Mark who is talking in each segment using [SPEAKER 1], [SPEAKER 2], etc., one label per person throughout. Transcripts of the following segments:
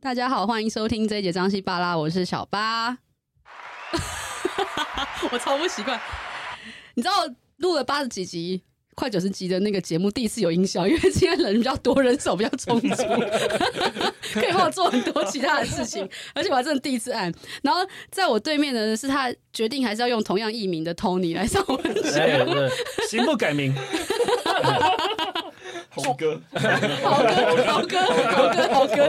[SPEAKER 1] 大家好，欢迎收听这一节张西巴拉，我是小八。 我超不习惯，你知道录了八十几集。快九十集的那个节目第一次有音效，因为今天人比较多，人手比较充 足，可以帮我做很多其他的事情，而且我还真的第一次按。然后在我对面的是他决定还是要用同样艺名的 Tony 来上我们节目。
[SPEAKER 2] 哎，对行不改名，
[SPEAKER 3] 红哥，
[SPEAKER 2] 哦
[SPEAKER 1] 豪哥，豪哥，豪哥，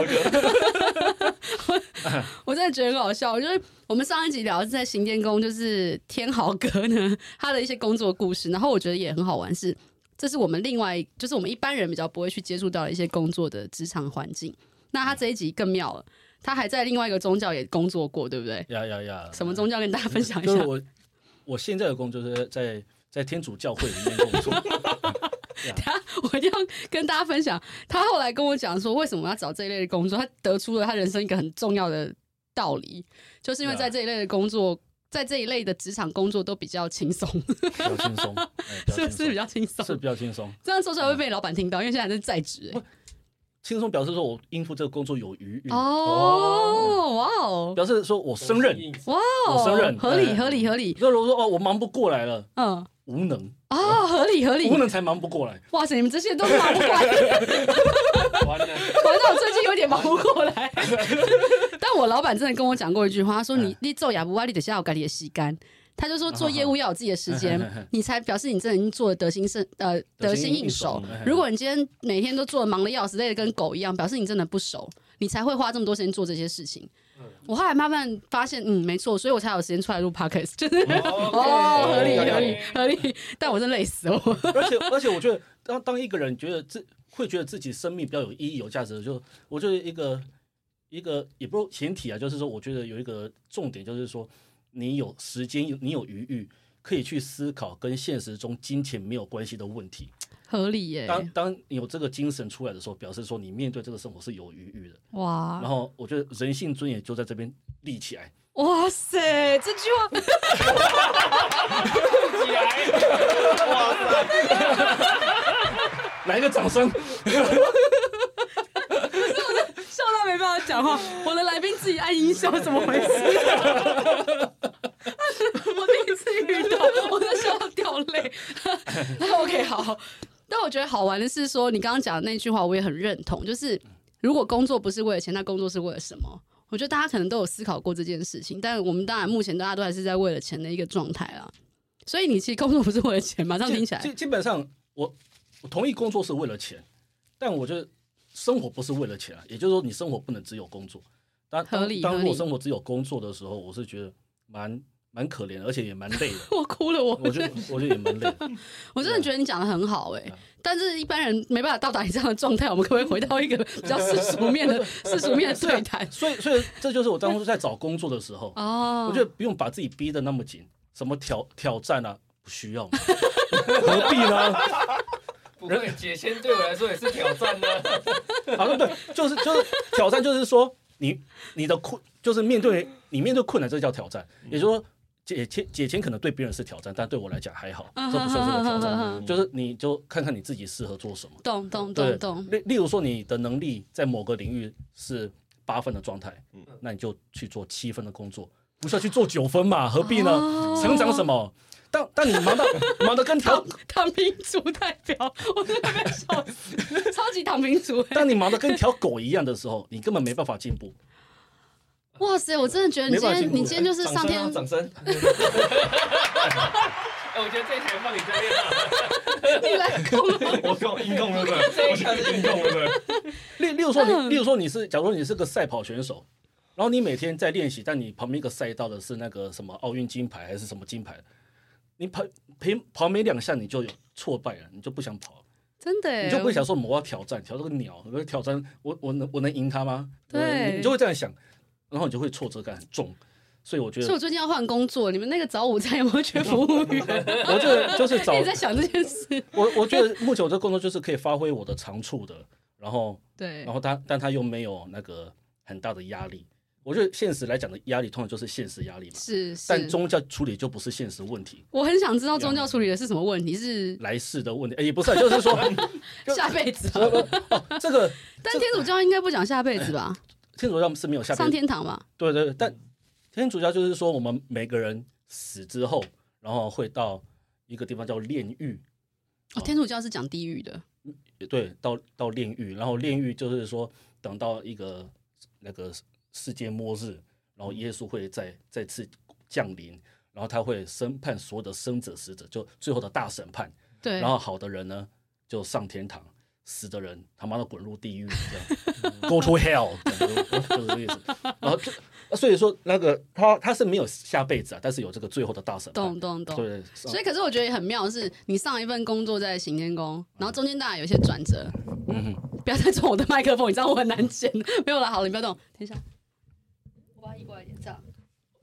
[SPEAKER 1] 豪哥。我真的觉得很好笑，就是我们上一集聊的是在行天宫，就是天豪哥呢他的一些工作故事，然后我觉得也很好玩是，这是我们另外就是我们一般人比较不会去接触到的一些工作的职场环境。那他这一集更妙了，他还在另外一个宗教也工作过，对不对？
[SPEAKER 2] 呀呀呀！嗯
[SPEAKER 1] 什么宗教跟大家分享一
[SPEAKER 2] 就是
[SPEAKER 1] 下？
[SPEAKER 2] 我我现在的工作就是在在天主教会里面工 作，
[SPEAKER 1] 我一定要跟大家分享，他后来跟我讲说，为什么要找这一类的工作，他得出了他人生一个很重要的道理，就是因为
[SPEAKER 2] Yeah.
[SPEAKER 1] 在这一类的工作，在这一类的职场工作都比较轻松，
[SPEAKER 2] 比较轻松，哎比较
[SPEAKER 1] 是
[SPEAKER 2] 轻
[SPEAKER 1] 不是比较轻
[SPEAKER 2] 松是
[SPEAKER 1] 松？
[SPEAKER 2] 比较轻松。
[SPEAKER 1] 这样说出来会被老板听到，因为现在还是在职、欸。
[SPEAKER 2] 轻松表示说我应付这个工作有余韵，
[SPEAKER 1] 哦，哇哦，
[SPEAKER 2] 表示说我胜任。
[SPEAKER 1] 哇
[SPEAKER 2] 我胜
[SPEAKER 1] 哦
[SPEAKER 2] 任，
[SPEAKER 1] 合理
[SPEAKER 2] 哎
[SPEAKER 1] 合理合理，
[SPEAKER 2] 那如果说哦我忙不过来了，
[SPEAKER 1] 嗯，
[SPEAKER 2] 无能，
[SPEAKER 1] 哦，合理合理
[SPEAKER 2] 无，能才忙不过来。
[SPEAKER 1] 哇塞，你们这些都忙不过来。
[SPEAKER 3] 完了，
[SPEAKER 1] 反正我最近有点忙不过来。但我老板真的跟我讲过一句话，他说你你做哑不歪，你得下有改你的吸干。他就说做业务要有自己的时间，你才表示你真的已经做的得心胜呃得心应手。
[SPEAKER 2] 哎
[SPEAKER 1] 如果你今天每天都做的忙的要死，累的跟狗一样，表示你真的不熟，你才会花这么多时间做这些事情。我后来慢慢发现，嗯，没错，所以我才有时间出来录 podcast，就是哦，合理合理合理，但我真累死了我。
[SPEAKER 2] 而且而且，我觉得当当一个人觉得自会觉得自己生命比较有意义、有价值的，就我觉得一个一个也不是前提啊，就是说，我觉得有一个重点，就是说你有时间，你有余裕，可以去思考跟现实中金钱没有关系的问题。
[SPEAKER 1] 合理耶、
[SPEAKER 2] 当当你有这个精神出来的时候，表示说你面对这个生活是有余裕的。
[SPEAKER 1] 哇
[SPEAKER 2] 然！后，我觉得人性尊严就在这边立起来。
[SPEAKER 1] 哇塞，这句话
[SPEAKER 3] 起来，哇塞，
[SPEAKER 2] 来一个掌声！
[SPEAKER 1] 笑到没办法讲话，我的来宾自己按音效，怎么回事、 我第一次遇到，我在笑到掉 泪。OK，好。但我觉得好玩的是说，你刚刚讲的那句话，我也很认同，就是如果工作不是为了钱，那工作是为了什么？我觉得大家可能都有思考过这件事情，但我们当然目前大家都还是在为了钱的一个状态啦。所以你其实工作不是为了钱嘛，这样听起来
[SPEAKER 2] 基基基本上我我同意工作是为了钱，但我觉得生活不是为了钱啊，也就是说你生活不能只有工作。当
[SPEAKER 1] 合理
[SPEAKER 2] 当当
[SPEAKER 1] 合
[SPEAKER 2] 如果
[SPEAKER 1] 理。
[SPEAKER 2] 生活只有工作的时候，我是觉得蛮蛮可怜的，而且也蛮累的
[SPEAKER 1] 我哭了，我
[SPEAKER 2] 我觉得我觉得也蛮累的。
[SPEAKER 1] 我真的觉得你讲的很好哎、
[SPEAKER 2] 对啊
[SPEAKER 1] 但是一般人没办法到达你这样的状态，我们可不可以回到一个比较世俗面 的世俗面的对谈？
[SPEAKER 2] 所以所以这就是我当初在找工作的时候，
[SPEAKER 1] 哦，
[SPEAKER 2] 我觉得不用把自己逼得那么紧，什么挑挑战啊，不需 要嘛，何必呢？
[SPEAKER 3] 不会，解签对我来说也是挑战呢。
[SPEAKER 2] 好像对，就是就是挑战，就是说你你的困，就是面对你面对困难，这叫挑战。也就是说，解签解签可能对别人是挑战，但对我来讲还好，这不算是个挑
[SPEAKER 1] 嗯哼哼
[SPEAKER 2] 战。
[SPEAKER 1] 哼哼
[SPEAKER 2] 就是你就看看你自己适合做什么。
[SPEAKER 1] 懂懂
[SPEAKER 2] 对
[SPEAKER 1] 懂懂，
[SPEAKER 2] 例例如说你的能力在某个领域是八分的状态
[SPEAKER 3] 嗯，
[SPEAKER 2] 那你就去做七分的工作，不是要去做九分嘛？何必呢？
[SPEAKER 1] 哦
[SPEAKER 2] 成长什么？但但你忙到忙得 跟条
[SPEAKER 1] 躺躺平族代表，我真的被笑死，超级躺平族、欸！
[SPEAKER 2] 当你忙得跟条狗一样的时候，你根本没办法进步。
[SPEAKER 1] 哇塞，我真的觉得你
[SPEAKER 2] 没
[SPEAKER 1] 今
[SPEAKER 2] 办法
[SPEAKER 1] 天
[SPEAKER 2] 进步欸
[SPEAKER 1] 你今天就是上天，
[SPEAKER 3] 掌声啊。掌声哎，我觉得这一台放你这边啊，
[SPEAKER 1] 你来控了，
[SPEAKER 4] 我用运动了，
[SPEAKER 3] 这一条是
[SPEAKER 4] 运动了，
[SPEAKER 2] 例例如说
[SPEAKER 1] 嗯
[SPEAKER 2] 你，例如说你是，假如你是个赛跑选手，然后你每天在练习，但你旁边一个赛道的是那个什么奥运金牌还是什么金牌，你跑陪跑没两下你就有挫败了，你就不想跑了，
[SPEAKER 1] 真的、欸，
[SPEAKER 2] 你就不会想说我要挑战，挑这个鸟，我要挑战，我我能我能赢他吗？
[SPEAKER 1] 对
[SPEAKER 2] 你你就会这样想，然后你就会挫折感很重。所以我觉
[SPEAKER 1] 所以
[SPEAKER 2] 得
[SPEAKER 1] 我，最近要换工作，你们那个早午餐有没有缺服务 员？
[SPEAKER 2] 我觉 得就是找
[SPEAKER 1] 一直在想这件事，
[SPEAKER 2] 我，我觉得目前我这个工作就是可以发挥我的长处的，然后
[SPEAKER 1] 对
[SPEAKER 2] 然，后他但他又没有那个很大的压力。我觉得现实来讲的压力，通常就是现实压力嘛。
[SPEAKER 1] 是是。
[SPEAKER 2] 但啊宗教处理就不是现实问题，
[SPEAKER 1] 我很想知道宗教处理的是什么问题，是
[SPEAKER 2] 来世的问题，哎也不是啊，就是说，
[SPEAKER 1] 下辈子啊。
[SPEAKER 2] 哦这个
[SPEAKER 1] 但天主教应该不讲下辈子吧？
[SPEAKER 2] 天主教是没有下边
[SPEAKER 1] 上天堂嘛，
[SPEAKER 2] 对对，对，但天主教就是说，我们每个人死之后，然后会到一个地方叫炼狱，
[SPEAKER 1] 哦，天主教是讲地狱的，
[SPEAKER 2] 对，到到炼狱，然后炼狱就是说，等到一个那个世界末日，然后耶稣会再再次降临，然后他会审判所有的生者死者，就最后的大审判。
[SPEAKER 1] 对
[SPEAKER 2] 然，后好的人呢就上天堂，死的人他妈的滚入地狱，这样 go to hell，这样就是 这个意思。然后就所以说那个他他是没有下辈子啊，但是有这个最后的大审判
[SPEAKER 1] 懂。懂懂。
[SPEAKER 2] 对，
[SPEAKER 1] 所以，可是我觉得也很妙的是，你上一份工作在行天宫，然后中间当然有一些转折。
[SPEAKER 2] 嗯哼，
[SPEAKER 1] 不要再撞我的麦克风，你知道我很难剪。没有了，好了，你不要动，等一下，我把它移过来一点，这样。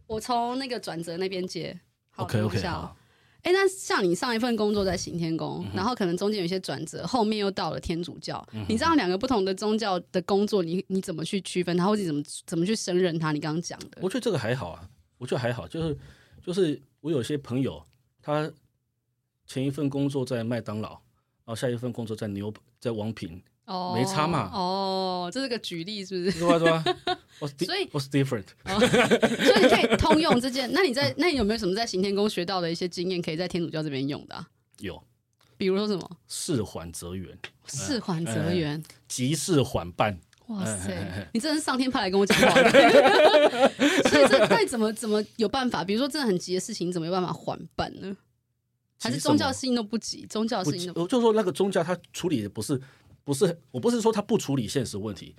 [SPEAKER 1] 我从那个转折那边接。好
[SPEAKER 2] OK，OK，
[SPEAKER 1] 等一下哦
[SPEAKER 2] 好
[SPEAKER 1] 哎、那像你上一份工作在行天
[SPEAKER 2] 嗯
[SPEAKER 1] 宫，然后可能中间有一些转折，后面又到了天主教。你知道两个不同的宗教的工作，你你怎么去区分它，或者你怎么怎么去胜任它？你刚刚讲的
[SPEAKER 2] 我觉得这个还好啊，我觉得还好，就是就是我有些朋友，他前一份工作在麦当劳，然后下一份工作在牛在王品，
[SPEAKER 1] 哦
[SPEAKER 2] 没差嘛
[SPEAKER 1] 哦，这是个举例，是不 是？
[SPEAKER 2] 对吧对吧？What's di-
[SPEAKER 1] 所以
[SPEAKER 2] What's different？
[SPEAKER 1] 所以你可以通用这件。那你在那你有没有什么在行天宫学到的一些经验，可以在天主教这边用的啊、
[SPEAKER 2] 有
[SPEAKER 1] 比如说什么
[SPEAKER 2] 嗯事缓则圆，
[SPEAKER 1] 四
[SPEAKER 2] 嗯
[SPEAKER 1] 环则圆？
[SPEAKER 2] 急事缓办。
[SPEAKER 1] 哇
[SPEAKER 2] 哎哎
[SPEAKER 1] 塞
[SPEAKER 2] 哎，
[SPEAKER 1] 你真的是上天派来跟我讲话的。 所以这那你怎么怎么有办法？比如说真的很急的事情，怎么有办法缓办呢？还是
[SPEAKER 2] 急什
[SPEAKER 1] 宗教
[SPEAKER 2] 么
[SPEAKER 1] 事情都不急，宗教
[SPEAKER 2] 不
[SPEAKER 1] 事情都不
[SPEAKER 2] 我就说那个宗教它处理的不是不是，我不是说它不处理现实问题，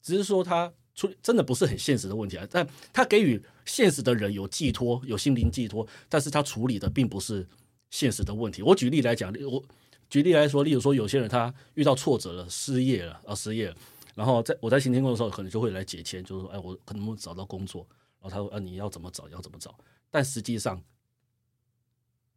[SPEAKER 2] 只是说它处理真的不是很现实的问题啊。但它给予现实的人有寄托，有心灵寄托，但是它处理的并不是现实的问题。我举例来讲，我举例来说，例如说有些人他遇到挫折了，失业了啊，失业了。然后在我在行天宫的时候，可能就会来解签，就是说，哎，我可能不能找到工作。然后他说，啊，你要怎么找，要怎么找。但实际上，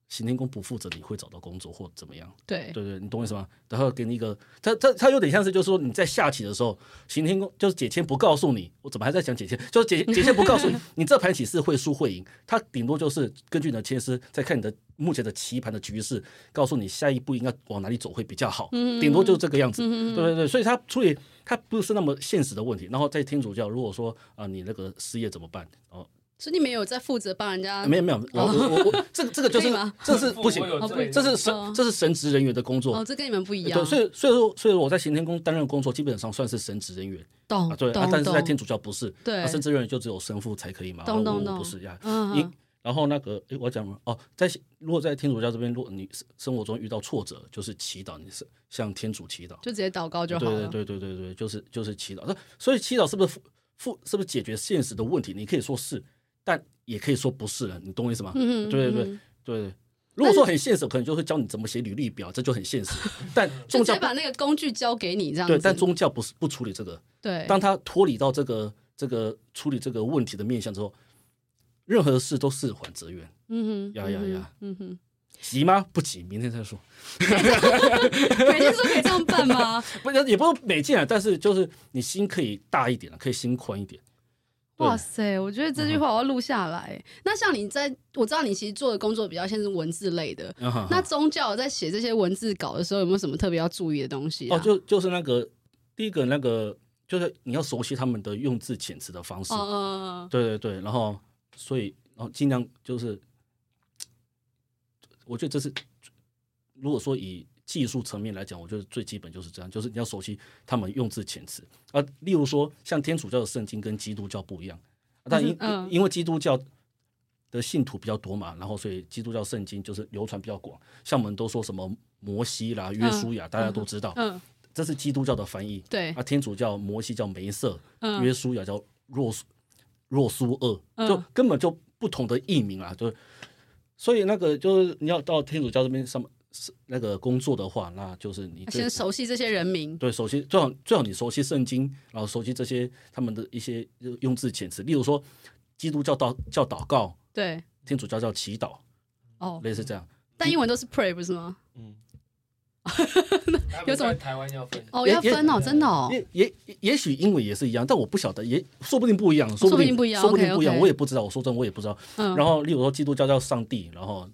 [SPEAKER 2] 行天宫不负责你会找到工作或怎么样。
[SPEAKER 1] 对。
[SPEAKER 2] 对对，你懂我意思吗？然后给你一个，他他他有点像是，就是说你在下棋的时候，行天宫就是解签不告诉你，我怎么还在讲解签？就是解解签不告 诉你，你这盘棋是会输会赢，他顶多就是根据你的签师，再看你的目前的棋盘的局势，告诉你下一步应该往哪里走会比较好，
[SPEAKER 1] 嗯
[SPEAKER 2] 顶多就是这个样子。对对对，所以他处理他不是那么现实的问题。然后在天主教，如果说啊、你那个失业怎么办？哦，
[SPEAKER 1] 所以你没有在负责帮人家
[SPEAKER 2] 呃没有没有，我我我我这个这个就
[SPEAKER 1] 可以
[SPEAKER 2] 是
[SPEAKER 1] 啊吗
[SPEAKER 2] 这是不行
[SPEAKER 3] 我，有
[SPEAKER 1] 哦
[SPEAKER 3] 罪
[SPEAKER 1] 不
[SPEAKER 2] 这是
[SPEAKER 1] 哦
[SPEAKER 2] 神这是神职人员的工作。
[SPEAKER 1] 哦，这跟你们不一样
[SPEAKER 2] 呃对，。所以所以说，所以我在行天宫担任工作，基本上算是神职人员
[SPEAKER 1] 懂
[SPEAKER 2] 啊，对
[SPEAKER 1] 哦懂
[SPEAKER 2] 啊，但是在天
[SPEAKER 1] 懂。
[SPEAKER 2] 主教不是，
[SPEAKER 1] 对
[SPEAKER 2] 啊神职人员就只有神父才可以嘛，
[SPEAKER 1] 懂
[SPEAKER 2] 啊
[SPEAKER 1] 懂
[SPEAKER 2] 我
[SPEAKER 1] 懂
[SPEAKER 2] 不是呀，
[SPEAKER 1] 嗯
[SPEAKER 2] 因
[SPEAKER 1] 嗯
[SPEAKER 2] 然后那个，诶，我讲了哦，在如果在天主教这边，如果你生活中遇到挫折，就是祈祷，你是向天主祈祷，
[SPEAKER 1] 就直接祷告就
[SPEAKER 2] 对
[SPEAKER 1] 好了。
[SPEAKER 2] 对对对对对，就是就是祈祷。那所以祈祷是不是负负是不是解决现实的问题？你可以说是，但也可以说不是了，你懂我意思吗？
[SPEAKER 1] 嗯嗯
[SPEAKER 2] 对对对
[SPEAKER 1] 嗯
[SPEAKER 2] 对对。如果说很现实，可能就会教你怎么写履历表，这就很 现实。但
[SPEAKER 1] 就直
[SPEAKER 2] 宗教
[SPEAKER 1] 接把那个工具交给你这样子。
[SPEAKER 2] 对，但宗教不是不处理这个。
[SPEAKER 1] 对
[SPEAKER 2] 当他脱离到这个这个处理这个问题的面向之后，任何事都事缓则圆。
[SPEAKER 1] 嗯哼
[SPEAKER 2] 呀呀呀，
[SPEAKER 1] 嗯哼，
[SPEAKER 2] 急吗？不急，明天再说。
[SPEAKER 1] 每件事可以这样办 吗？
[SPEAKER 2] 不，也不是每件啊，但是就是你心可以大一点啊，可以心宽一点。对
[SPEAKER 1] 哇塞，我觉得
[SPEAKER 2] 嗯
[SPEAKER 1] 这句话我要录下来。那像你在，我知道你其实做的工作比较像是文字类的，
[SPEAKER 2] 嗯哼
[SPEAKER 1] 那宗教在写这些文字稿的时候，有没有什么特别要注意的东西、啊？
[SPEAKER 2] 哦，就就是那个第一个那个，就是你要熟悉他们的用字遣词的方式。
[SPEAKER 1] 哦哦，
[SPEAKER 2] 对对对，然后所以然后尽量就是，我觉得这是如果说以技术层面来讲，我觉得最基本就是这样，就是你要熟悉他们用字遣词啊。例如说，像天主教的圣经跟基督教不一样，啊但因、
[SPEAKER 1] 嗯
[SPEAKER 2] 因为基督教。的信徒比较多嘛，然后所以基督教圣经就是流传比较广，像我们都说什么摩西啦、约书亚，大家都知道，
[SPEAKER 1] 嗯，
[SPEAKER 2] 这是基督教的翻译。
[SPEAKER 1] 对
[SPEAKER 2] 啊，，天主教摩西叫梅瑟，
[SPEAKER 1] 嗯
[SPEAKER 2] 约书亚叫若苏若苏
[SPEAKER 1] 嗯
[SPEAKER 2] 厄，就根本就不同的译名啊，就是所以那个就是你要到天主教这边上是那个工作的话，那就是你最
[SPEAKER 1] 先熟悉这些人名。
[SPEAKER 2] 对熟悉最好最好你熟悉圣经，然后熟悉这些他们的一些用字遣词，例如说基督教祷叫祷告，
[SPEAKER 1] 对，
[SPEAKER 2] 天主教叫祈祷，
[SPEAKER 1] 哦，
[SPEAKER 2] 类似这样。
[SPEAKER 1] 但英文都是 pray 不是吗？有什么
[SPEAKER 3] 台湾要分？
[SPEAKER 1] 哦，
[SPEAKER 2] 也
[SPEAKER 1] 要分哦，
[SPEAKER 3] 也
[SPEAKER 1] 真的哦。
[SPEAKER 2] 也也也也许英文也是一样，但我不晓得，也说不定不一样，说
[SPEAKER 1] 不定
[SPEAKER 2] 定
[SPEAKER 1] 不一样
[SPEAKER 2] 说不定
[SPEAKER 1] OK，
[SPEAKER 2] 不一样，
[SPEAKER 1] OK
[SPEAKER 2] 我也不知道，我说真的我也不知道。
[SPEAKER 1] 嗯
[SPEAKER 2] 然后，例如说基督教叫上帝，然后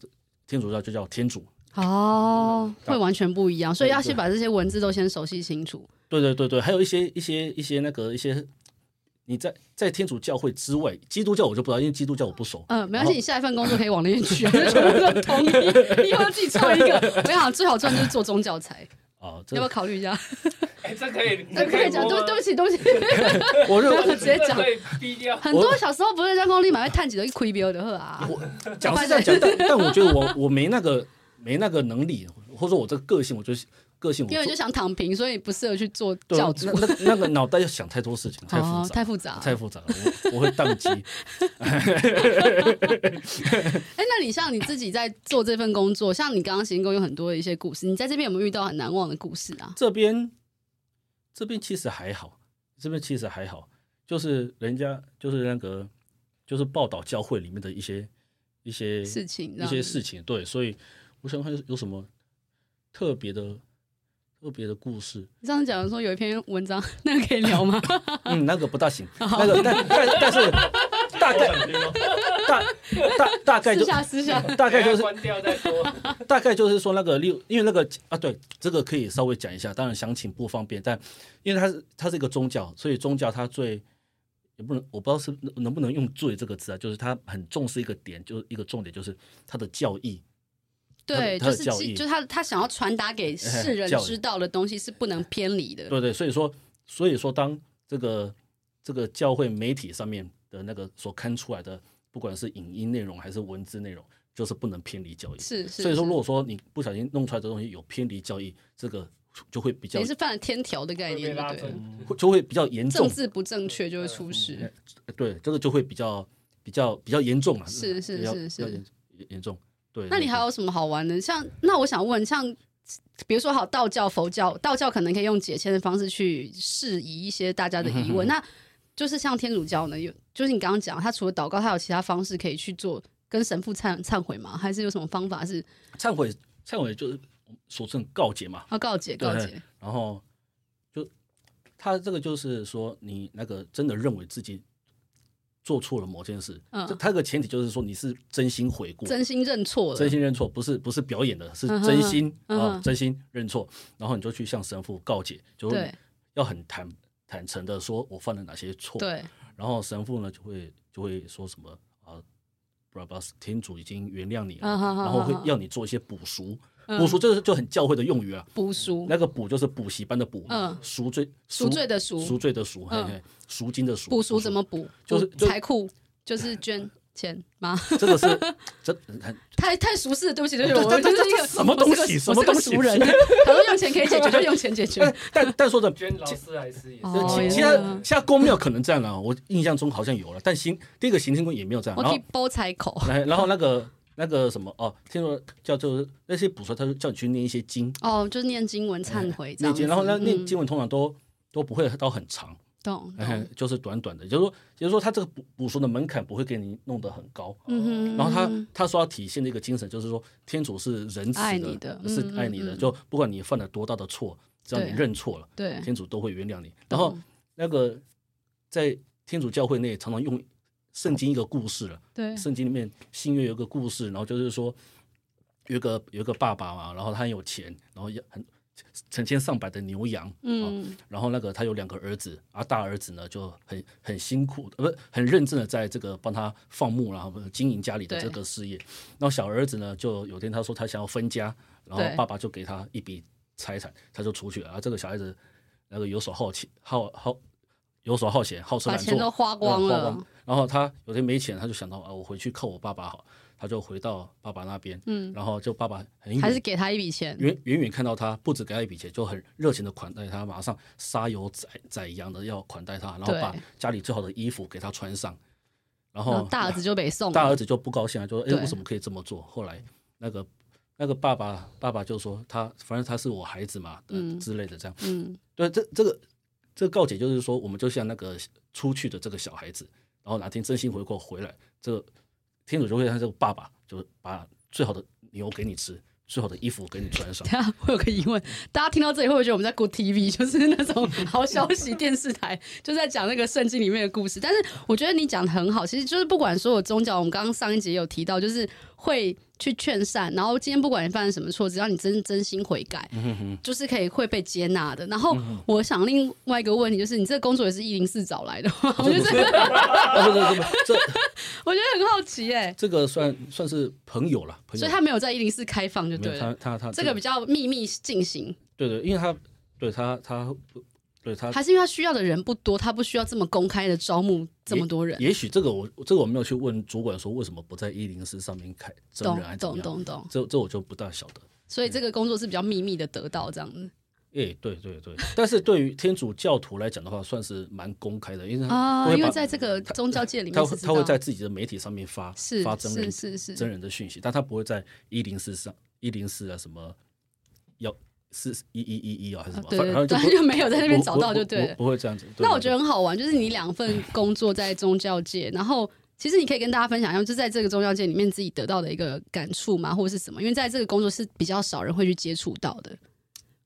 [SPEAKER 2] 天主教就叫天主，
[SPEAKER 1] 哦，
[SPEAKER 2] 对
[SPEAKER 1] 会完全不一样，所以要先把这些文字都先熟悉清楚。
[SPEAKER 2] 对对对对，还有一些一些一些那个一些你在在天主教会之外，基督教我就不知道，因为基督教我不熟。
[SPEAKER 1] 嗯，没关
[SPEAKER 2] 然
[SPEAKER 1] 系，
[SPEAKER 2] 后
[SPEAKER 1] 你下一份工作可以往那边去 啊，全部都同意。以后自己创一个，我跟你讲，最好赚就是做宗教财，
[SPEAKER 2] 啊，
[SPEAKER 1] 要
[SPEAKER 2] 这
[SPEAKER 1] 不要考虑一 下？
[SPEAKER 3] 哎，这可以，
[SPEAKER 1] 那
[SPEAKER 3] 这
[SPEAKER 1] 不可以讲，
[SPEAKER 3] 播
[SPEAKER 1] 对
[SPEAKER 3] 吗
[SPEAKER 1] 对不起，对不起。
[SPEAKER 2] 啊我认为
[SPEAKER 1] 直接讲
[SPEAKER 3] 这可以逼掉。
[SPEAKER 1] 很多小时候不是在公立买会探几的一亏标的喝啊，
[SPEAKER 2] 我讲是这样讲，但但我觉得我我没那个没那个能力，或者说我这个个性，我就是个性我
[SPEAKER 1] 因为你
[SPEAKER 2] 做
[SPEAKER 1] 就想躺平，所以不适合去做
[SPEAKER 2] 对啊
[SPEAKER 1] 教主。
[SPEAKER 2] 那那那个脑袋要想太多事情，太复
[SPEAKER 1] 哦，
[SPEAKER 2] 杂
[SPEAKER 1] 太，复杂了。
[SPEAKER 2] 太复杂了，我我会宕机。
[SPEAKER 1] 哎，那你像你自己在做这份工作，像你刚刚行工有很多的一些故事，你在这边有没有遇到很难忘的故事啊？
[SPEAKER 2] 这边这边其实还好，这边其实还好，就是人家就是那个就是报道教会里面的一些一些
[SPEAKER 1] 事情这
[SPEAKER 2] 一
[SPEAKER 1] 样
[SPEAKER 2] 些事情，对，所以我想看有有什么特别的特别的故 事。
[SPEAKER 1] 你上次讲的说有一篇文章， 那个可以聊 吗？
[SPEAKER 2] 嗯，那个不大行，那个但但但是大概大大大概
[SPEAKER 1] 私
[SPEAKER 2] 就
[SPEAKER 1] 下私下，
[SPEAKER 2] 大概就
[SPEAKER 3] 等
[SPEAKER 2] 是
[SPEAKER 3] 下关掉再说。
[SPEAKER 2] 大概就是说那个六，因为那个啊，对，这个可以稍微讲一下，当然详情不方便，但因为它是它是一个宗教，所以宗教它最也不能，我不知道是能能不能用“罪”这个字啊，就是它很重视一个点，就是一个重点，就是它的教义，
[SPEAKER 1] 对，
[SPEAKER 2] 他的
[SPEAKER 1] 就
[SPEAKER 2] 他的
[SPEAKER 1] 是
[SPEAKER 2] 教
[SPEAKER 1] 基
[SPEAKER 2] 义
[SPEAKER 1] 就是他他想要传达给世人
[SPEAKER 2] 教育
[SPEAKER 1] 知道的东西是不能偏离的。
[SPEAKER 2] 对对，所以说所以说当这个这个教会媒体上面的那个所刊出来的，不管是影音内容还是文字内容，就是不能偏离教义。
[SPEAKER 1] 是是，
[SPEAKER 2] 所以说，
[SPEAKER 1] 是
[SPEAKER 2] 如果说你不小心弄出来的东西有偏离教义，这个就会比较
[SPEAKER 1] 也是犯了天条的概念，
[SPEAKER 3] 会被拉
[SPEAKER 1] 对不对
[SPEAKER 3] 走？
[SPEAKER 2] 会就会比较严重
[SPEAKER 1] 政。治不正确就会出事。
[SPEAKER 2] 对，这个就会比较比较比较严重了，
[SPEAKER 1] 是是
[SPEAKER 2] 比较
[SPEAKER 1] 是
[SPEAKER 2] 比较
[SPEAKER 1] 是
[SPEAKER 2] 严严重。对，
[SPEAKER 1] 那你还有什么好玩的？像那我想问，像比如说好道教、佛教，道教可能可以用解签的方式去释疑一些大家的
[SPEAKER 2] 嗯
[SPEAKER 1] 疑问。那就是像天主教呢，有就是你刚刚讲，他除了祷告，他有其他方式可以去做跟神父忏忏悔吗？还是有什么方法是
[SPEAKER 2] 忏悔，忏悔就是俗称告解嘛，
[SPEAKER 1] 要告解
[SPEAKER 2] 对
[SPEAKER 1] 告解？
[SPEAKER 2] 然后就他这个就是说，你那个真的认为自己做错了某件事，
[SPEAKER 1] 嗯
[SPEAKER 2] 这他个前提就是说你是真心悔过，
[SPEAKER 1] 真心认错了
[SPEAKER 2] 真，心认错，不是不是表演的，是
[SPEAKER 1] 嗯哼
[SPEAKER 2] 真心
[SPEAKER 1] 嗯哼
[SPEAKER 2] 啊，真心认错，然后你就去向神父告解，就
[SPEAKER 1] 对
[SPEAKER 2] 是要很坦坦诚的说我犯了哪些错，
[SPEAKER 1] 对，
[SPEAKER 2] 然后神父呢就会就会说什么啊，b r a b a s 天主已经原谅你了，
[SPEAKER 1] 啊好好
[SPEAKER 2] 然后
[SPEAKER 1] 好好
[SPEAKER 2] 会要你做一些补赎，
[SPEAKER 1] 嗯
[SPEAKER 2] 补赎这是就很教会的用语啊，
[SPEAKER 1] 补赎
[SPEAKER 2] 那个补就是补习班的补，
[SPEAKER 1] 嗯
[SPEAKER 2] 赎罪
[SPEAKER 1] 赎罪的赎
[SPEAKER 2] 赎罪的赎，嘿
[SPEAKER 1] 嗯
[SPEAKER 2] 嘿，赎金的赎，
[SPEAKER 1] 补赎怎么补？
[SPEAKER 2] 就是
[SPEAKER 1] 补
[SPEAKER 2] 就
[SPEAKER 1] 财库，就是捐钱吗？
[SPEAKER 2] 这个是这很
[SPEAKER 1] 太太熟识了，对不起，对不起，
[SPEAKER 2] 这
[SPEAKER 1] 我
[SPEAKER 2] 哦这
[SPEAKER 1] 就是
[SPEAKER 2] 这
[SPEAKER 1] 一个
[SPEAKER 2] 这什么东西
[SPEAKER 1] 我是
[SPEAKER 2] 什
[SPEAKER 1] 个
[SPEAKER 2] 么东西
[SPEAKER 1] 我是个熟 人， 他说用钱可以解决，就用钱解决
[SPEAKER 2] 但。但但说的。
[SPEAKER 3] 捐劳斯莱斯也是
[SPEAKER 1] 哎哦
[SPEAKER 2] 其
[SPEAKER 1] 也
[SPEAKER 2] 其
[SPEAKER 1] 是
[SPEAKER 2] 他
[SPEAKER 1] 啊
[SPEAKER 2] 其他公庙可能这样了、我印象中好像有了，但行第一个行天宫也没有这样，
[SPEAKER 1] 我
[SPEAKER 2] 然
[SPEAKER 1] 可
[SPEAKER 2] 后
[SPEAKER 1] 以包财口，
[SPEAKER 2] 然后然后那个那个什么哦，听说叫做那些补赎，他就叫你去念一些经，
[SPEAKER 1] 哦，就是念经文忏悔这
[SPEAKER 2] 哎念
[SPEAKER 1] 样子。
[SPEAKER 2] 经，然后呢，念
[SPEAKER 1] 嗯
[SPEAKER 2] 经文通常都都不会到很长，
[SPEAKER 1] 懂
[SPEAKER 2] 哎
[SPEAKER 1] 懂，
[SPEAKER 2] 就是短短的，也就是说，也就是说，他这个补补赎的门槛不会给你弄得很高。
[SPEAKER 1] 嗯哼。
[SPEAKER 2] 然后他
[SPEAKER 1] 嗯
[SPEAKER 2] 他说要体现的一个精神，就是说天主是仁慈
[SPEAKER 1] 爱你的
[SPEAKER 2] 是
[SPEAKER 1] 嗯
[SPEAKER 2] 爱你的，
[SPEAKER 1] 嗯嗯
[SPEAKER 2] 就不管你犯了多大的错，只要你
[SPEAKER 1] 对
[SPEAKER 2] 认错了，
[SPEAKER 1] 对，
[SPEAKER 2] 天主都会原谅你。然后
[SPEAKER 1] 懂
[SPEAKER 2] 那个在天主教会内常常用圣经一个故事了，
[SPEAKER 1] 对
[SPEAKER 2] 圣经里面新约有个故事，然后就是说有一个有一个爸爸嘛，然后他很有钱，然后也很成千上百的牛羊，啊，
[SPEAKER 1] 嗯
[SPEAKER 2] 然后那个他有两个儿子，啊，大儿子呢就很很辛苦，呃，不是很认真的在这个帮他放牧，然后经营家里的
[SPEAKER 1] 对
[SPEAKER 2] 这个事业。然后小儿子呢，就有天他说他想要分家，然后
[SPEAKER 1] 对
[SPEAKER 2] 爸爸就给他一笔财产，他就出去了。啊，这个小孩子那个游手好闲，好好游手好闲，好吃
[SPEAKER 1] 把
[SPEAKER 2] 懒
[SPEAKER 1] 钱都
[SPEAKER 2] 做，
[SPEAKER 1] 花光
[SPEAKER 2] 对花
[SPEAKER 1] 了
[SPEAKER 2] 光，然后他有天没钱，他就想到啊，我回去靠我爸爸好，他就回到爸爸那边，
[SPEAKER 1] 嗯，
[SPEAKER 2] 然后就爸爸很远
[SPEAKER 1] 还是给他一笔钱，
[SPEAKER 2] 远远远看到他，不止给他一笔钱，就很热情的款待他，马上杀油宰宰羊的要款待他，然后
[SPEAKER 1] 对
[SPEAKER 2] 把家里最好的衣服给他穿上，
[SPEAKER 1] 然
[SPEAKER 2] 然后
[SPEAKER 1] 后大儿子就被送了，
[SPEAKER 2] 哦大儿子就不高兴了，就说：“哎，
[SPEAKER 1] 对
[SPEAKER 2] 为什么可以这么做？”后来那个那个爸爸爸爸就说：“他反正他是我孩子嘛，嗯、
[SPEAKER 1] 嗯
[SPEAKER 2] 之类的这样。
[SPEAKER 1] 嗯，”
[SPEAKER 2] 对，这这个这个告解就是说，我们就像那个出去的这个小孩子，然后哪天真心回过回来，这个天主就会让这个爸爸就把最好的牛给你吃，最好的衣服给你穿上。
[SPEAKER 1] 等一下我有个疑问，大家听到这里会不会觉得我们在 Good TV，就是 那种好消息电视台， 就在讲那个圣经里面的故事？但是我觉得你讲的很好，其实就是不管所有宗教，我们刚刚上一节有提到，就是会去劝善，然后今天不管你犯了什么错，只要你真真心悔改，
[SPEAKER 2] 嗯 哼
[SPEAKER 1] 就是可以会被接纳的。然后
[SPEAKER 2] 嗯哼
[SPEAKER 1] 我想另外一个问题就是，你这个工作也是一零四找来的吗？我觉得这个
[SPEAKER 2] 啊，不不不，这
[SPEAKER 1] 我觉得很好奇哎、
[SPEAKER 2] 这个算算是朋友了，朋友
[SPEAKER 1] 所以。他没有在一零四开放就
[SPEAKER 2] 没
[SPEAKER 1] 对
[SPEAKER 2] 有他
[SPEAKER 1] 了，
[SPEAKER 2] 他他
[SPEAKER 1] 这个比较秘密进行。
[SPEAKER 2] 对对，因为他对他他对他
[SPEAKER 1] 还是因为他需要的人不多，他不需要这么公开的招募这么多人。
[SPEAKER 2] 也许这个我这个我没有去问主管说为什么不在一零四上面开真
[SPEAKER 1] 懂
[SPEAKER 2] 人还是怎么
[SPEAKER 1] 懂懂
[SPEAKER 2] 样，
[SPEAKER 1] 懂，
[SPEAKER 2] 这这我就不大晓得。
[SPEAKER 1] 所以这个工作是比较秘密的得到这样子
[SPEAKER 2] 哎、对对对，但是对于天主教徒来讲的话，算是蛮公开的，因为他、
[SPEAKER 1] 啊，
[SPEAKER 2] 会
[SPEAKER 1] 因为
[SPEAKER 2] 把
[SPEAKER 1] 在这个宗教界里面
[SPEAKER 2] 他
[SPEAKER 1] 是
[SPEAKER 2] 会
[SPEAKER 1] 知
[SPEAKER 2] 他会
[SPEAKER 1] 道
[SPEAKER 2] 在自己的媒体上面发
[SPEAKER 1] 是
[SPEAKER 2] 发真人
[SPEAKER 1] 是是是
[SPEAKER 2] 真人的讯息，但他不会在一零四上一零四啊什么幺四一一一一啊还是什
[SPEAKER 1] 啊
[SPEAKER 2] 么，
[SPEAKER 1] 对
[SPEAKER 2] 反
[SPEAKER 1] 对
[SPEAKER 2] 正
[SPEAKER 1] 对，
[SPEAKER 2] 不
[SPEAKER 1] 他 就没有在那边找到就
[SPEAKER 2] 不
[SPEAKER 1] 对
[SPEAKER 2] 不
[SPEAKER 1] 了
[SPEAKER 2] 不。不会这样子。对
[SPEAKER 1] 那我觉
[SPEAKER 2] 对
[SPEAKER 1] 得很好玩，就是你两份工作在宗教界，然后其实你可以跟大家分享一下，就在这个宗教界里面自己得到的一个感触嘛，或者是什么？因为在这个工作是比较少人会去接触到的，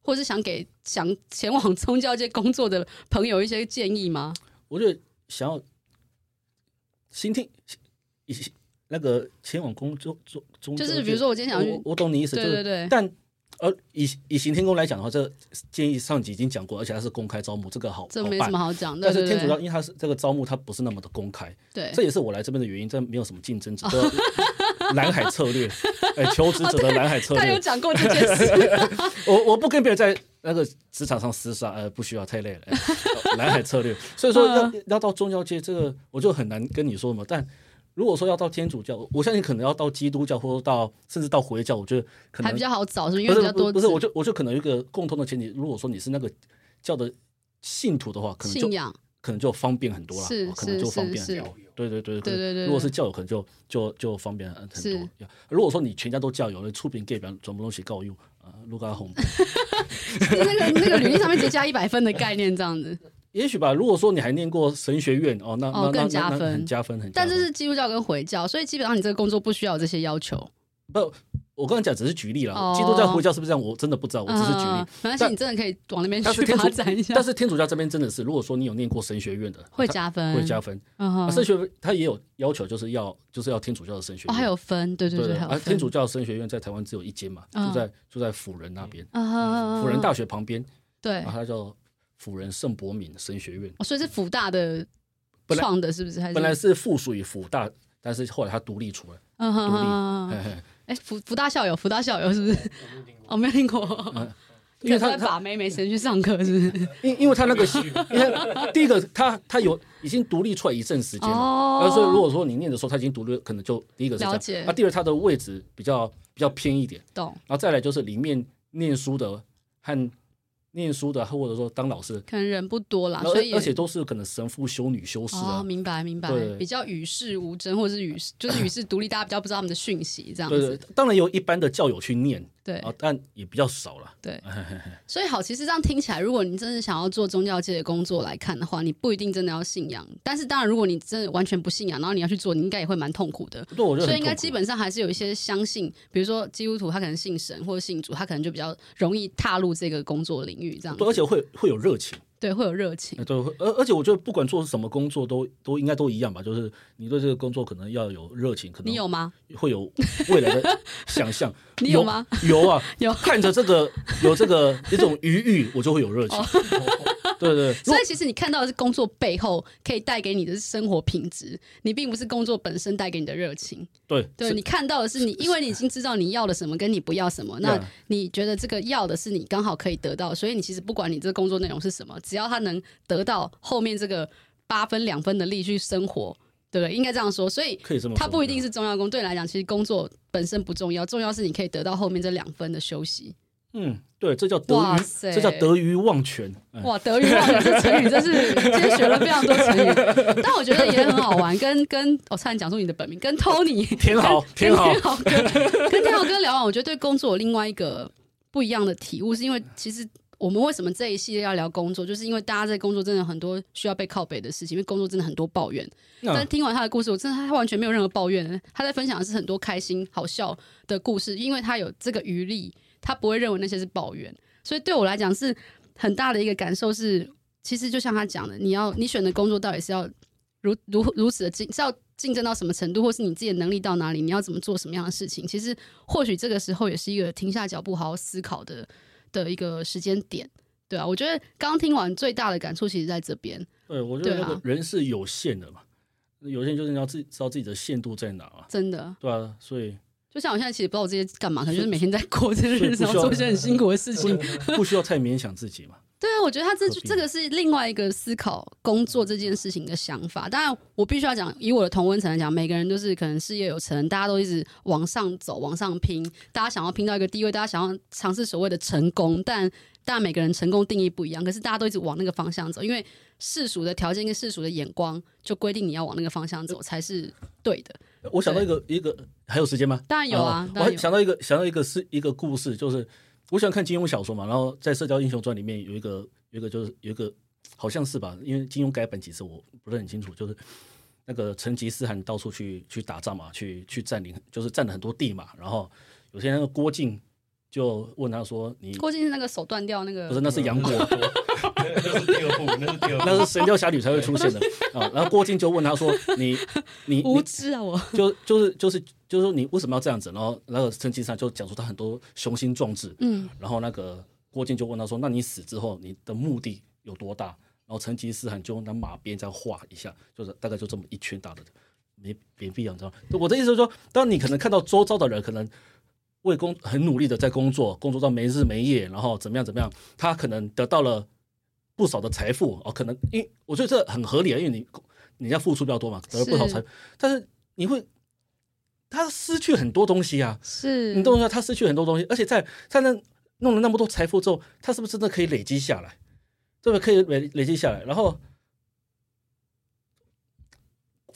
[SPEAKER 1] 或者是想给想前往宗教界工作的朋友一些建议吗？
[SPEAKER 2] 我觉得想要心听，以那个前往工作中中，
[SPEAKER 1] 就是比如说我今天想要去
[SPEAKER 2] 我我懂你意思，
[SPEAKER 1] 对
[SPEAKER 2] 就是
[SPEAKER 1] 对对
[SPEAKER 2] 但呃，以以行天宫来讲的话，这建议上集已经讲过，而且它是公开招募，这个好
[SPEAKER 1] 这
[SPEAKER 2] 好
[SPEAKER 1] 没什
[SPEAKER 2] 办
[SPEAKER 1] 么。好讲的，
[SPEAKER 2] 但
[SPEAKER 1] 对
[SPEAKER 2] 是
[SPEAKER 1] 对
[SPEAKER 2] 天主教，
[SPEAKER 1] 对
[SPEAKER 2] 因为它是这个招募，它不是那么的公开，
[SPEAKER 1] 对
[SPEAKER 2] 这也是我来这边的原因。这没有什么竞争者，都要 蓝海策略，哎，求职者的蓝海策
[SPEAKER 1] 哦他有
[SPEAKER 2] 略。
[SPEAKER 1] 讲过这件事，
[SPEAKER 2] 我我不跟别人在那个职场上厮杀，呃，不需要太累了，哎蓝海策略。所以说
[SPEAKER 1] 嗯
[SPEAKER 2] 要要到宗教界，这个我就很难跟你说什么。但如果说要到天主教，我相信可能要到基督教，或者到甚至到回教，我觉得 可
[SPEAKER 1] 还
[SPEAKER 2] 能
[SPEAKER 1] 比较好找，是不是因为
[SPEAKER 2] 不是
[SPEAKER 1] 比较多
[SPEAKER 2] 不是，我就我就可能有一个共同的前提，如果说你是那个教的信徒的话，可能就
[SPEAKER 1] 信仰，
[SPEAKER 2] 可能就方便很多了，
[SPEAKER 1] 是
[SPEAKER 2] 哦可能
[SPEAKER 1] 是
[SPEAKER 2] 就方
[SPEAKER 1] 是
[SPEAKER 2] 便
[SPEAKER 1] 是
[SPEAKER 2] 很多。对对对
[SPEAKER 1] 对对对
[SPEAKER 2] 如果是教友，可能就就就方便很
[SPEAKER 1] 是
[SPEAKER 2] 多。如果说你全家都教友，你出品 gay 表全部东西告用啊，如果红，
[SPEAKER 1] 就那个那个履历上面直接加一百分的概念这样 子。
[SPEAKER 2] 也许吧。如果说你还念过神学院哦，那
[SPEAKER 1] 哦
[SPEAKER 2] 那那
[SPEAKER 1] 更加
[SPEAKER 2] 那那
[SPEAKER 1] 分
[SPEAKER 2] 很加分，很加
[SPEAKER 1] 但
[SPEAKER 2] 分。
[SPEAKER 1] 这是基督教跟回教，所以基本上你这个工作不需要有这些要求。
[SPEAKER 2] 不，我刚才讲只是举例了。
[SPEAKER 1] 哦
[SPEAKER 2] 基督教、回教是不是这样？我真的不知道，我只是举例
[SPEAKER 1] 嗯。没关系，
[SPEAKER 2] 但
[SPEAKER 1] 你真的可以往那边
[SPEAKER 2] 但是
[SPEAKER 1] 去
[SPEAKER 2] 天
[SPEAKER 1] 发
[SPEAKER 2] 主
[SPEAKER 1] 展一下，
[SPEAKER 2] 但是天主教这边真的是，如果说你有念过神学院的，
[SPEAKER 1] 会
[SPEAKER 2] 它
[SPEAKER 1] 加分，
[SPEAKER 2] 会加分。
[SPEAKER 1] 嗯哼
[SPEAKER 2] 啊，神学他也有要求，就是要就是要天主教的神学
[SPEAKER 1] 哦，
[SPEAKER 2] 院，
[SPEAKER 1] 还有分，对对
[SPEAKER 2] 对
[SPEAKER 1] 对，还有
[SPEAKER 2] 啊，
[SPEAKER 1] 分
[SPEAKER 2] 天主教神学院在台湾只有一间嘛，
[SPEAKER 1] 嗯
[SPEAKER 2] 就在就在辅仁那边，
[SPEAKER 1] 嗯哼嗯哼
[SPEAKER 2] 辅仁大啊学旁边，
[SPEAKER 1] 对
[SPEAKER 2] 然后，它叫辅仁圣伯敏神学院，
[SPEAKER 1] 哦所以是辅大的
[SPEAKER 2] 本来
[SPEAKER 1] 创的，是不是？还是
[SPEAKER 2] 本来是附属于辅大，但是后来它独立出来，
[SPEAKER 1] 嗯哼
[SPEAKER 2] 独立
[SPEAKER 1] 嗯
[SPEAKER 2] 嘿
[SPEAKER 1] 哼，
[SPEAKER 2] 嘿，
[SPEAKER 1] 哎，辅辅大校友，辅大校友是不是？哦，没有听过，嗯
[SPEAKER 2] 因为嗯
[SPEAKER 1] 可
[SPEAKER 2] 它
[SPEAKER 1] 能在把
[SPEAKER 2] 它
[SPEAKER 1] 妹没时间去上课，是不是？
[SPEAKER 2] 因因为它那个因为它第一个它它有已经独立出来一阵时间了。
[SPEAKER 1] 哦
[SPEAKER 2] 那，所以如果说你念的时候，它已经独立，可能就第一个是
[SPEAKER 1] 了
[SPEAKER 2] 这
[SPEAKER 1] 解
[SPEAKER 2] 样，那啊第二它的位置比较比较偏一点，
[SPEAKER 1] 懂，
[SPEAKER 2] 然后再来就是里面念书的和念书的，或者说当老师，
[SPEAKER 1] 可能人不多啦，
[SPEAKER 2] 然后
[SPEAKER 1] 啊所以也
[SPEAKER 2] 而且都是可能神父、修女、修士
[SPEAKER 1] 哦，
[SPEAKER 2] 啊，
[SPEAKER 1] 明白明白
[SPEAKER 2] 对，
[SPEAKER 1] 比较与世无争，或者是与世就是与世独立，大家比较不知道他们的讯息，这样
[SPEAKER 2] 对对
[SPEAKER 1] 子，，
[SPEAKER 2] 当然有一般的教友去念
[SPEAKER 1] 对
[SPEAKER 2] 啊，但也比较少了。
[SPEAKER 1] 对，所以好，其实这样听起来，如果你真的想要做宗教界的工作来看的话，你不一定真的要信仰。但是当然，如果你真的完全不信仰，然后你要去做，你应该也会蛮痛苦的。
[SPEAKER 2] 对，我觉得
[SPEAKER 1] 所以
[SPEAKER 2] 很
[SPEAKER 1] 应
[SPEAKER 2] 痛
[SPEAKER 1] 该
[SPEAKER 2] 苦
[SPEAKER 1] 基本上还是有一些相信，比如说基督徒他可能信神或者信主，他可能就比较容易踏入这个工作领域，这样
[SPEAKER 2] 对，而且会会有热情，
[SPEAKER 1] 对会有热情。
[SPEAKER 2] 呃对，会而而且我觉得不管做什么工作都都应该都一样吧，就是你对这个工作可能要有热情，可能
[SPEAKER 1] 你有吗？
[SPEAKER 2] 会有未来的想象，
[SPEAKER 1] 你有吗？
[SPEAKER 2] 有啊，
[SPEAKER 1] 有
[SPEAKER 2] 看着这个有这个一种余欲，我就会有热
[SPEAKER 1] 哦
[SPEAKER 2] 情。 对对，如
[SPEAKER 1] 所以其实你看到的是工作背后可以带给你的是生活品质，你并不是工作本身带给你的热情。
[SPEAKER 2] 对
[SPEAKER 1] 对
[SPEAKER 2] 是
[SPEAKER 1] 你看到的是你，因为你已经知道你要的什么，跟你不要什么。那
[SPEAKER 2] Yeah
[SPEAKER 1] 你觉得这个要的是你刚好可以得到，所以你其实不管你这个工作内容是什么，只要他能得到后面这个八分两分的力去生活，对不对？应该这样说。所以
[SPEAKER 2] 可以这么说，
[SPEAKER 1] 它不一定是重要工，对你来讲，其实工作本身不重要，重要是你可以得到后面这两分的休息。
[SPEAKER 2] 嗯，对，这叫得
[SPEAKER 1] 哇
[SPEAKER 2] 鱼，
[SPEAKER 1] 塞
[SPEAKER 2] 这叫得鱼忘全。嗯
[SPEAKER 1] 哇，德语忘了这成语，真是今天学了非常多成语，但我觉得也很好玩。跟跟我、差点讲出你的本名，跟 Tony
[SPEAKER 2] 天豪，天豪
[SPEAKER 1] 跟，豪哥，跟天豪哥聊完，我觉得对工作有另外一个不一样的体悟，是因为其实我们为什么这一系列要聊工作，就是因为大家在工作真的很多需要被靠北的事情，因为工作真的很多抱怨。但
[SPEAKER 2] 嗯
[SPEAKER 1] 听完他的故事，我真的他完全没有任何抱怨，他在分享的是很多开心、好笑的故事，因为他有这个余力，他不会认为那些是抱怨。所以对我来讲是很大的一个感受是，其实就像他讲的，你要你选的工作到底是要如如如此的精，是要竞争到什么程度，或是你自己的能力到哪里，你要怎么做什么样的事情，其实或许这个时候也是一个停下脚步好好思考的的一个时间点，对啊，我觉得刚听完最大的感触其实在这边，
[SPEAKER 2] 对，我觉得
[SPEAKER 1] 对
[SPEAKER 2] 那
[SPEAKER 1] 啊
[SPEAKER 2] 个人是有限的嘛，有限就是你要自己知道自己的限度在哪啊，
[SPEAKER 1] 真的，
[SPEAKER 2] 对啊，所以
[SPEAKER 1] 就像我现在其实不知道我这些干嘛，可能就是每天在过这些日子，
[SPEAKER 2] 所以不需要
[SPEAKER 1] 然后做一些很辛苦的事情。
[SPEAKER 2] 不需要太勉强自己嘛。
[SPEAKER 1] 对啊，我觉得他这
[SPEAKER 2] 何必呢
[SPEAKER 1] 这个是另外一个思考工作这件事情的想法。当然，我必须要讲，以我的同温层来讲，每个人都是可能事业有成，大家都一直往上走，往上拼，大家想要拼到一个地位，大家想要尝试所谓的成功，但但每个人成功定义不一样，可是大家都一直往那个方向走，因为世俗的条件跟世俗的眼光就规定你要往那个方向走才是对的。
[SPEAKER 2] 我想到一个一个还有时间吗？
[SPEAKER 1] 当然有啊，
[SPEAKER 2] 哦我
[SPEAKER 1] 当然
[SPEAKER 2] 还
[SPEAKER 1] 有。
[SPEAKER 2] 想到一个想到一个是一个故事，就是我喜欢看金庸小说嘛，然后在《射雕英雄传》里面有一个有一个就是有一个好像是吧，因为金庸改版几次我不是很清楚，就是那个成吉思汗到处去去打仗嘛，去去占领，就是占了很多地嘛，然后有些那个郭靖就问他说：“你
[SPEAKER 1] 郭靖是那个手断掉那个，
[SPEAKER 2] 不是那是杨过，
[SPEAKER 3] 那是第二部，那是第二
[SPEAKER 2] 那是
[SPEAKER 3] 部
[SPEAKER 2] 《神雕侠侣》才会出现的啊。”然后郭靖就问他说：“你你
[SPEAKER 1] 无
[SPEAKER 2] 你
[SPEAKER 1] 知啊我！
[SPEAKER 2] 就就是就是就是说你为什么要这样子？”然后那个成吉思汗就讲出他很多雄心壮志，
[SPEAKER 1] 嗯，
[SPEAKER 2] 然后那个郭靖就问他说：“那你死之后，你的目的有多大？”然后成吉思汗就用那马鞭这样画一下，就是大概就这么一圈大的，没没必要，你知道吗？我的意思是说，当你可能看到周遭的人可能为工很努力的在工作，工作到没日没夜，然后怎么样怎么样，他可能得到了不少的财富哦，可能因为我觉得这很合理啊，因为你你要付出比较多嘛，得了不少财富，但是你会他失去很多东西啊，
[SPEAKER 1] 是
[SPEAKER 2] 你懂我意思吗？他失去很多东西，而且在在那弄了那么多财富之后，他是不是真的可以累积下来？对不对？可以累累积下来，然后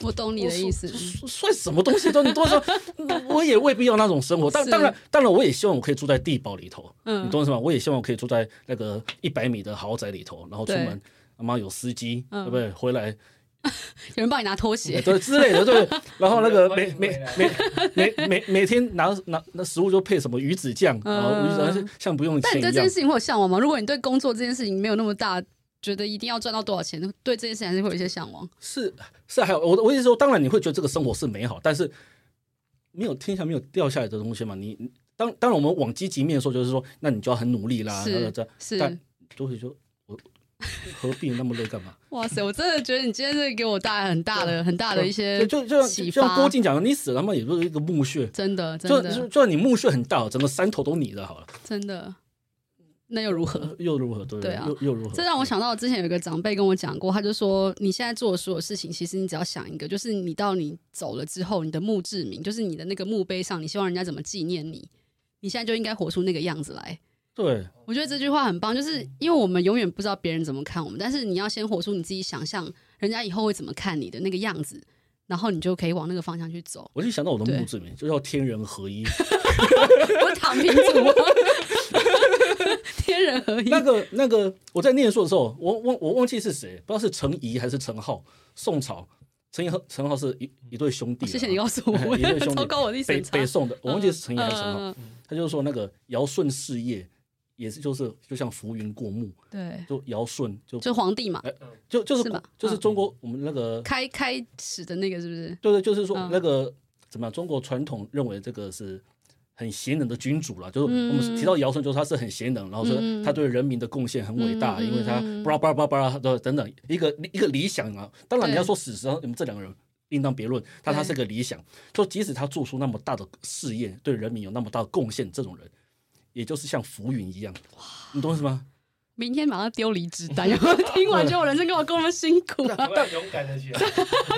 [SPEAKER 1] 我懂你的意思嗯
[SPEAKER 2] 我。算算什么东西都你多说， 我也未必要那种生活。当
[SPEAKER 1] 是
[SPEAKER 2] 当然，当然，我也希望我可以住在地堡里头，
[SPEAKER 1] 嗯，
[SPEAKER 2] 你懂我意思吗？我也希望我可以住在那个一百米的豪宅里头，然后出门他妈有司机，
[SPEAKER 1] 嗯
[SPEAKER 2] 对不对？回来
[SPEAKER 1] 有人帮你拿拖鞋，
[SPEAKER 2] 对之类的，对不对？然后 那个每
[SPEAKER 3] 欢迎
[SPEAKER 2] 每
[SPEAKER 3] 回来
[SPEAKER 2] 每每每每天拿拿那食物就配什么鱼子酱，然后鱼子
[SPEAKER 1] 嗯
[SPEAKER 2] 酱像不用
[SPEAKER 1] 但
[SPEAKER 2] 钱
[SPEAKER 1] 你对
[SPEAKER 2] 一
[SPEAKER 1] 这
[SPEAKER 2] 样
[SPEAKER 1] 件。事情会有向往吗？如果你对工作这件事情没有那么大，觉得一定要赚到多少钱，对这件事情还是会有一些向往。
[SPEAKER 2] 是是，还有我的我意思说，当然你会觉得这个生活是美好，但是没有天下没有掉下来的东西嘛。你你当当然我们往积极面说，就是说，那你就要很努力啦，
[SPEAKER 1] 是
[SPEAKER 2] 然后这样，
[SPEAKER 1] 是
[SPEAKER 2] 但，就会说，我何必那么累干嘛？
[SPEAKER 1] 哇塞，我真的觉得你今天真的给我 带来很大的、很大的一
[SPEAKER 2] 就
[SPEAKER 1] 些
[SPEAKER 2] 就就像
[SPEAKER 1] 呃启
[SPEAKER 2] 就
[SPEAKER 1] 发
[SPEAKER 2] 像郭靖讲的，你死了嘛，也就是一个墓穴，
[SPEAKER 1] 真的、真
[SPEAKER 2] 就就
[SPEAKER 1] 的、
[SPEAKER 2] 就算你墓穴很大，哦整个山头都你的好了，
[SPEAKER 1] 真的，那又如何？
[SPEAKER 2] 又如何？对不
[SPEAKER 1] 对啊
[SPEAKER 2] 又又如何？
[SPEAKER 1] 这让我想到之前有一个长辈跟我讲过，他就说，你现在做的所有事情，其实你只要想一个，就是你到你走了之后，你的墓志铭，就是你的那个墓碑上，你希望人家怎么纪念你，你现在就应该活出那个样子来。
[SPEAKER 2] 对，。
[SPEAKER 1] 我觉得这句话很棒，就是因为我们永远不知道别人怎么看我们，但是你要先活出你自己想象，人家以后会怎么看你的那个样子，然后你就可以往那个方向去走
[SPEAKER 2] 我就想到我的
[SPEAKER 1] 对
[SPEAKER 2] 墓志铭，就叫天人合一。
[SPEAKER 1] 我躺平族吗， 天人合一。
[SPEAKER 2] 那个那个，我在念书的时候，我忘我忘记是谁，不知道是陈仪还是陈浩，宋朝。陈仪和陈浩是一一对兄弟啊，
[SPEAKER 1] 哦谢谢你告诉我，
[SPEAKER 2] 一对兄 弟
[SPEAKER 1] 糟糕，我的
[SPEAKER 2] 北
[SPEAKER 1] 审查
[SPEAKER 2] 北。宋的，我忘记是陈仪还是陈浩。
[SPEAKER 1] 嗯，嗯嗯
[SPEAKER 2] 他就说那个尧舜事业也是就是就像浮云过目，
[SPEAKER 1] 对，
[SPEAKER 2] 就尧舜就
[SPEAKER 1] 就皇帝嘛，
[SPEAKER 2] 就就是
[SPEAKER 1] 是吧嗯
[SPEAKER 2] 就是中国我们那个
[SPEAKER 1] 开开始的那个是不是？
[SPEAKER 2] 对对，就是说
[SPEAKER 1] 嗯
[SPEAKER 2] 那个怎么样，中国传统认为这个是。很贤能的君主了，就是我
[SPEAKER 1] 嗯
[SPEAKER 2] 们提到尧舜，就是他是很贤能，然后说
[SPEAKER 1] 嗯嗯
[SPEAKER 2] 他对人民的贡献很伟大，
[SPEAKER 1] 嗯嗯
[SPEAKER 2] 因为他
[SPEAKER 1] 嗯嗯
[SPEAKER 2] 巴拉巴拉巴拉的等等一个一个理想啊。当然
[SPEAKER 1] 对
[SPEAKER 2] 你要说史实上，你们这两个人另当别论，但他
[SPEAKER 1] 对
[SPEAKER 2] 是个理想。说即使他做出那么大的事业，对人民有那么大的贡献，这种人也就是像浮云一样，你懂我意思吗？
[SPEAKER 1] 明天马上丢离职单， 有没有听完觉得我人生干嘛多么辛苦啊？
[SPEAKER 3] 突然勇敢了起来，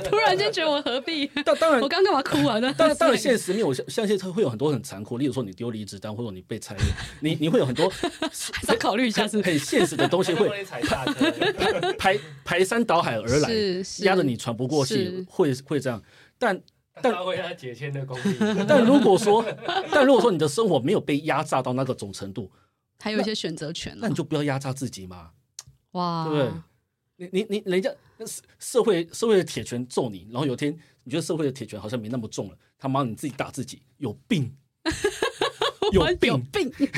[SPEAKER 1] 突然间觉得我何必？
[SPEAKER 2] 但当然
[SPEAKER 1] 我，刚干嘛哭啊？
[SPEAKER 2] 当然，当然，
[SPEAKER 1] 现
[SPEAKER 2] 现实面我相相信他会有很多很残酷，例如说你丢离职单，或者你被裁员，你你会有很多
[SPEAKER 1] 还是要考虑一下，是不
[SPEAKER 2] 很
[SPEAKER 1] 是？
[SPEAKER 2] 很现实的东西
[SPEAKER 3] 就
[SPEAKER 2] 会
[SPEAKER 3] 帮你踩刹车。
[SPEAKER 2] 排排山倒海而来，
[SPEAKER 1] 是是
[SPEAKER 2] 压得你喘不过
[SPEAKER 1] 是
[SPEAKER 2] 气，会会这样。但但
[SPEAKER 3] 发挥他解签的功力，
[SPEAKER 2] 但如果说， 但如果说你的生活没有被压榨到那个种程度，
[SPEAKER 1] 还有一些选择权
[SPEAKER 2] 那
[SPEAKER 1] 了
[SPEAKER 2] 你。就不要压榨自己嘛。
[SPEAKER 1] 哇，
[SPEAKER 2] 对不对你你你，人家那社社会社会的铁拳揍你，然后有一天你觉得社会的铁拳好像没那么重了，他妈你自己打自己，有病，有
[SPEAKER 1] 我有
[SPEAKER 2] 病，
[SPEAKER 1] 病，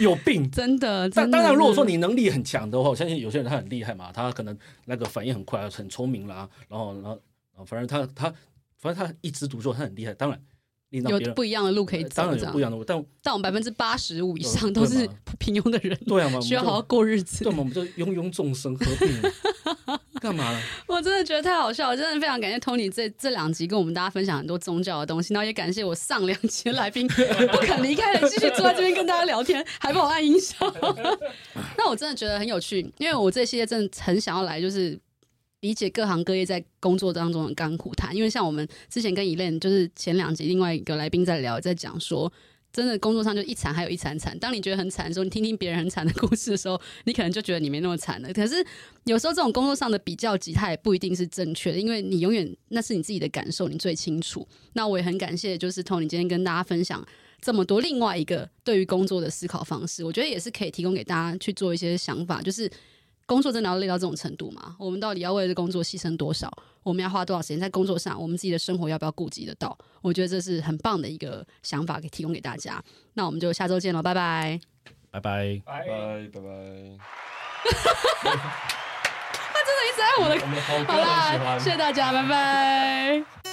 [SPEAKER 2] 有病。
[SPEAKER 1] 真的。
[SPEAKER 2] 但
[SPEAKER 1] 真的
[SPEAKER 2] 当然，如果说你能力很强的话，我相信有些人他很厉害嘛，他可能那个反应很快，很聪明啦，然后然后然后反正他他反正他一枝独秀，他很厉害。当然，你让
[SPEAKER 1] 有
[SPEAKER 2] 别人
[SPEAKER 1] 不一样的路可以
[SPEAKER 2] 呃
[SPEAKER 1] 走，
[SPEAKER 2] 当然
[SPEAKER 1] 这
[SPEAKER 2] 有
[SPEAKER 1] 样
[SPEAKER 2] 不一样的路，但
[SPEAKER 1] 但我们百分之八十五以上
[SPEAKER 2] 嗯
[SPEAKER 1] 都
[SPEAKER 2] 对
[SPEAKER 1] 是
[SPEAKER 2] 嘛
[SPEAKER 1] 平庸的人，
[SPEAKER 2] 对啊嘛，
[SPEAKER 1] 需要
[SPEAKER 2] 我们就
[SPEAKER 1] 好好过日子
[SPEAKER 2] 对。嘛，我 们就庸庸众生何必呢？干嘛呢？
[SPEAKER 1] 我真的觉得太好笑了，真的非常感谢 Tony 这这两集跟我们大家分享很多宗教的东西，然后也感谢我上两集的来宾不肯离开了，继续坐在这边跟大家聊天，还帮我按音效。那我真的觉得很有趣，因为我这系列真的很想要来，就是理解各行各业在工作当中的甘苦谈。因为像我们之前跟 Elaine 就是前两集另外一个来宾在聊，在讲说。真的工作上就一惨还有一惨惨。当你觉得很惨的时候，你听听别人很惨的故事的时候，你可能就觉得你没那么惨了。可是有时候这种工作上的比较级，它也不一定是正确的，因为你永远那是你自己的感受，你最清楚。那我也很感谢，就是 Tony 今天跟大家分享这么多另外一个对于工作的思考方式，我觉得也是可以提供给大家去做一些想法，就是。工作真的要累到这种程度吗？我们到底要为了工作牺牲多少？我们要花多少时间在工作上？我们自己的生活要不要顾及得到？我觉得这是很棒的一个想法，给提供给大家。那我们就下周见了，拜拜。
[SPEAKER 2] 拜拜。
[SPEAKER 3] 哎，
[SPEAKER 4] 拜拜拜。
[SPEAKER 1] 他真的一直在我的
[SPEAKER 3] 我们好
[SPEAKER 1] 好
[SPEAKER 3] 哥很喜
[SPEAKER 1] 啦，
[SPEAKER 3] 欢
[SPEAKER 1] 谢。谢大家，拜拜。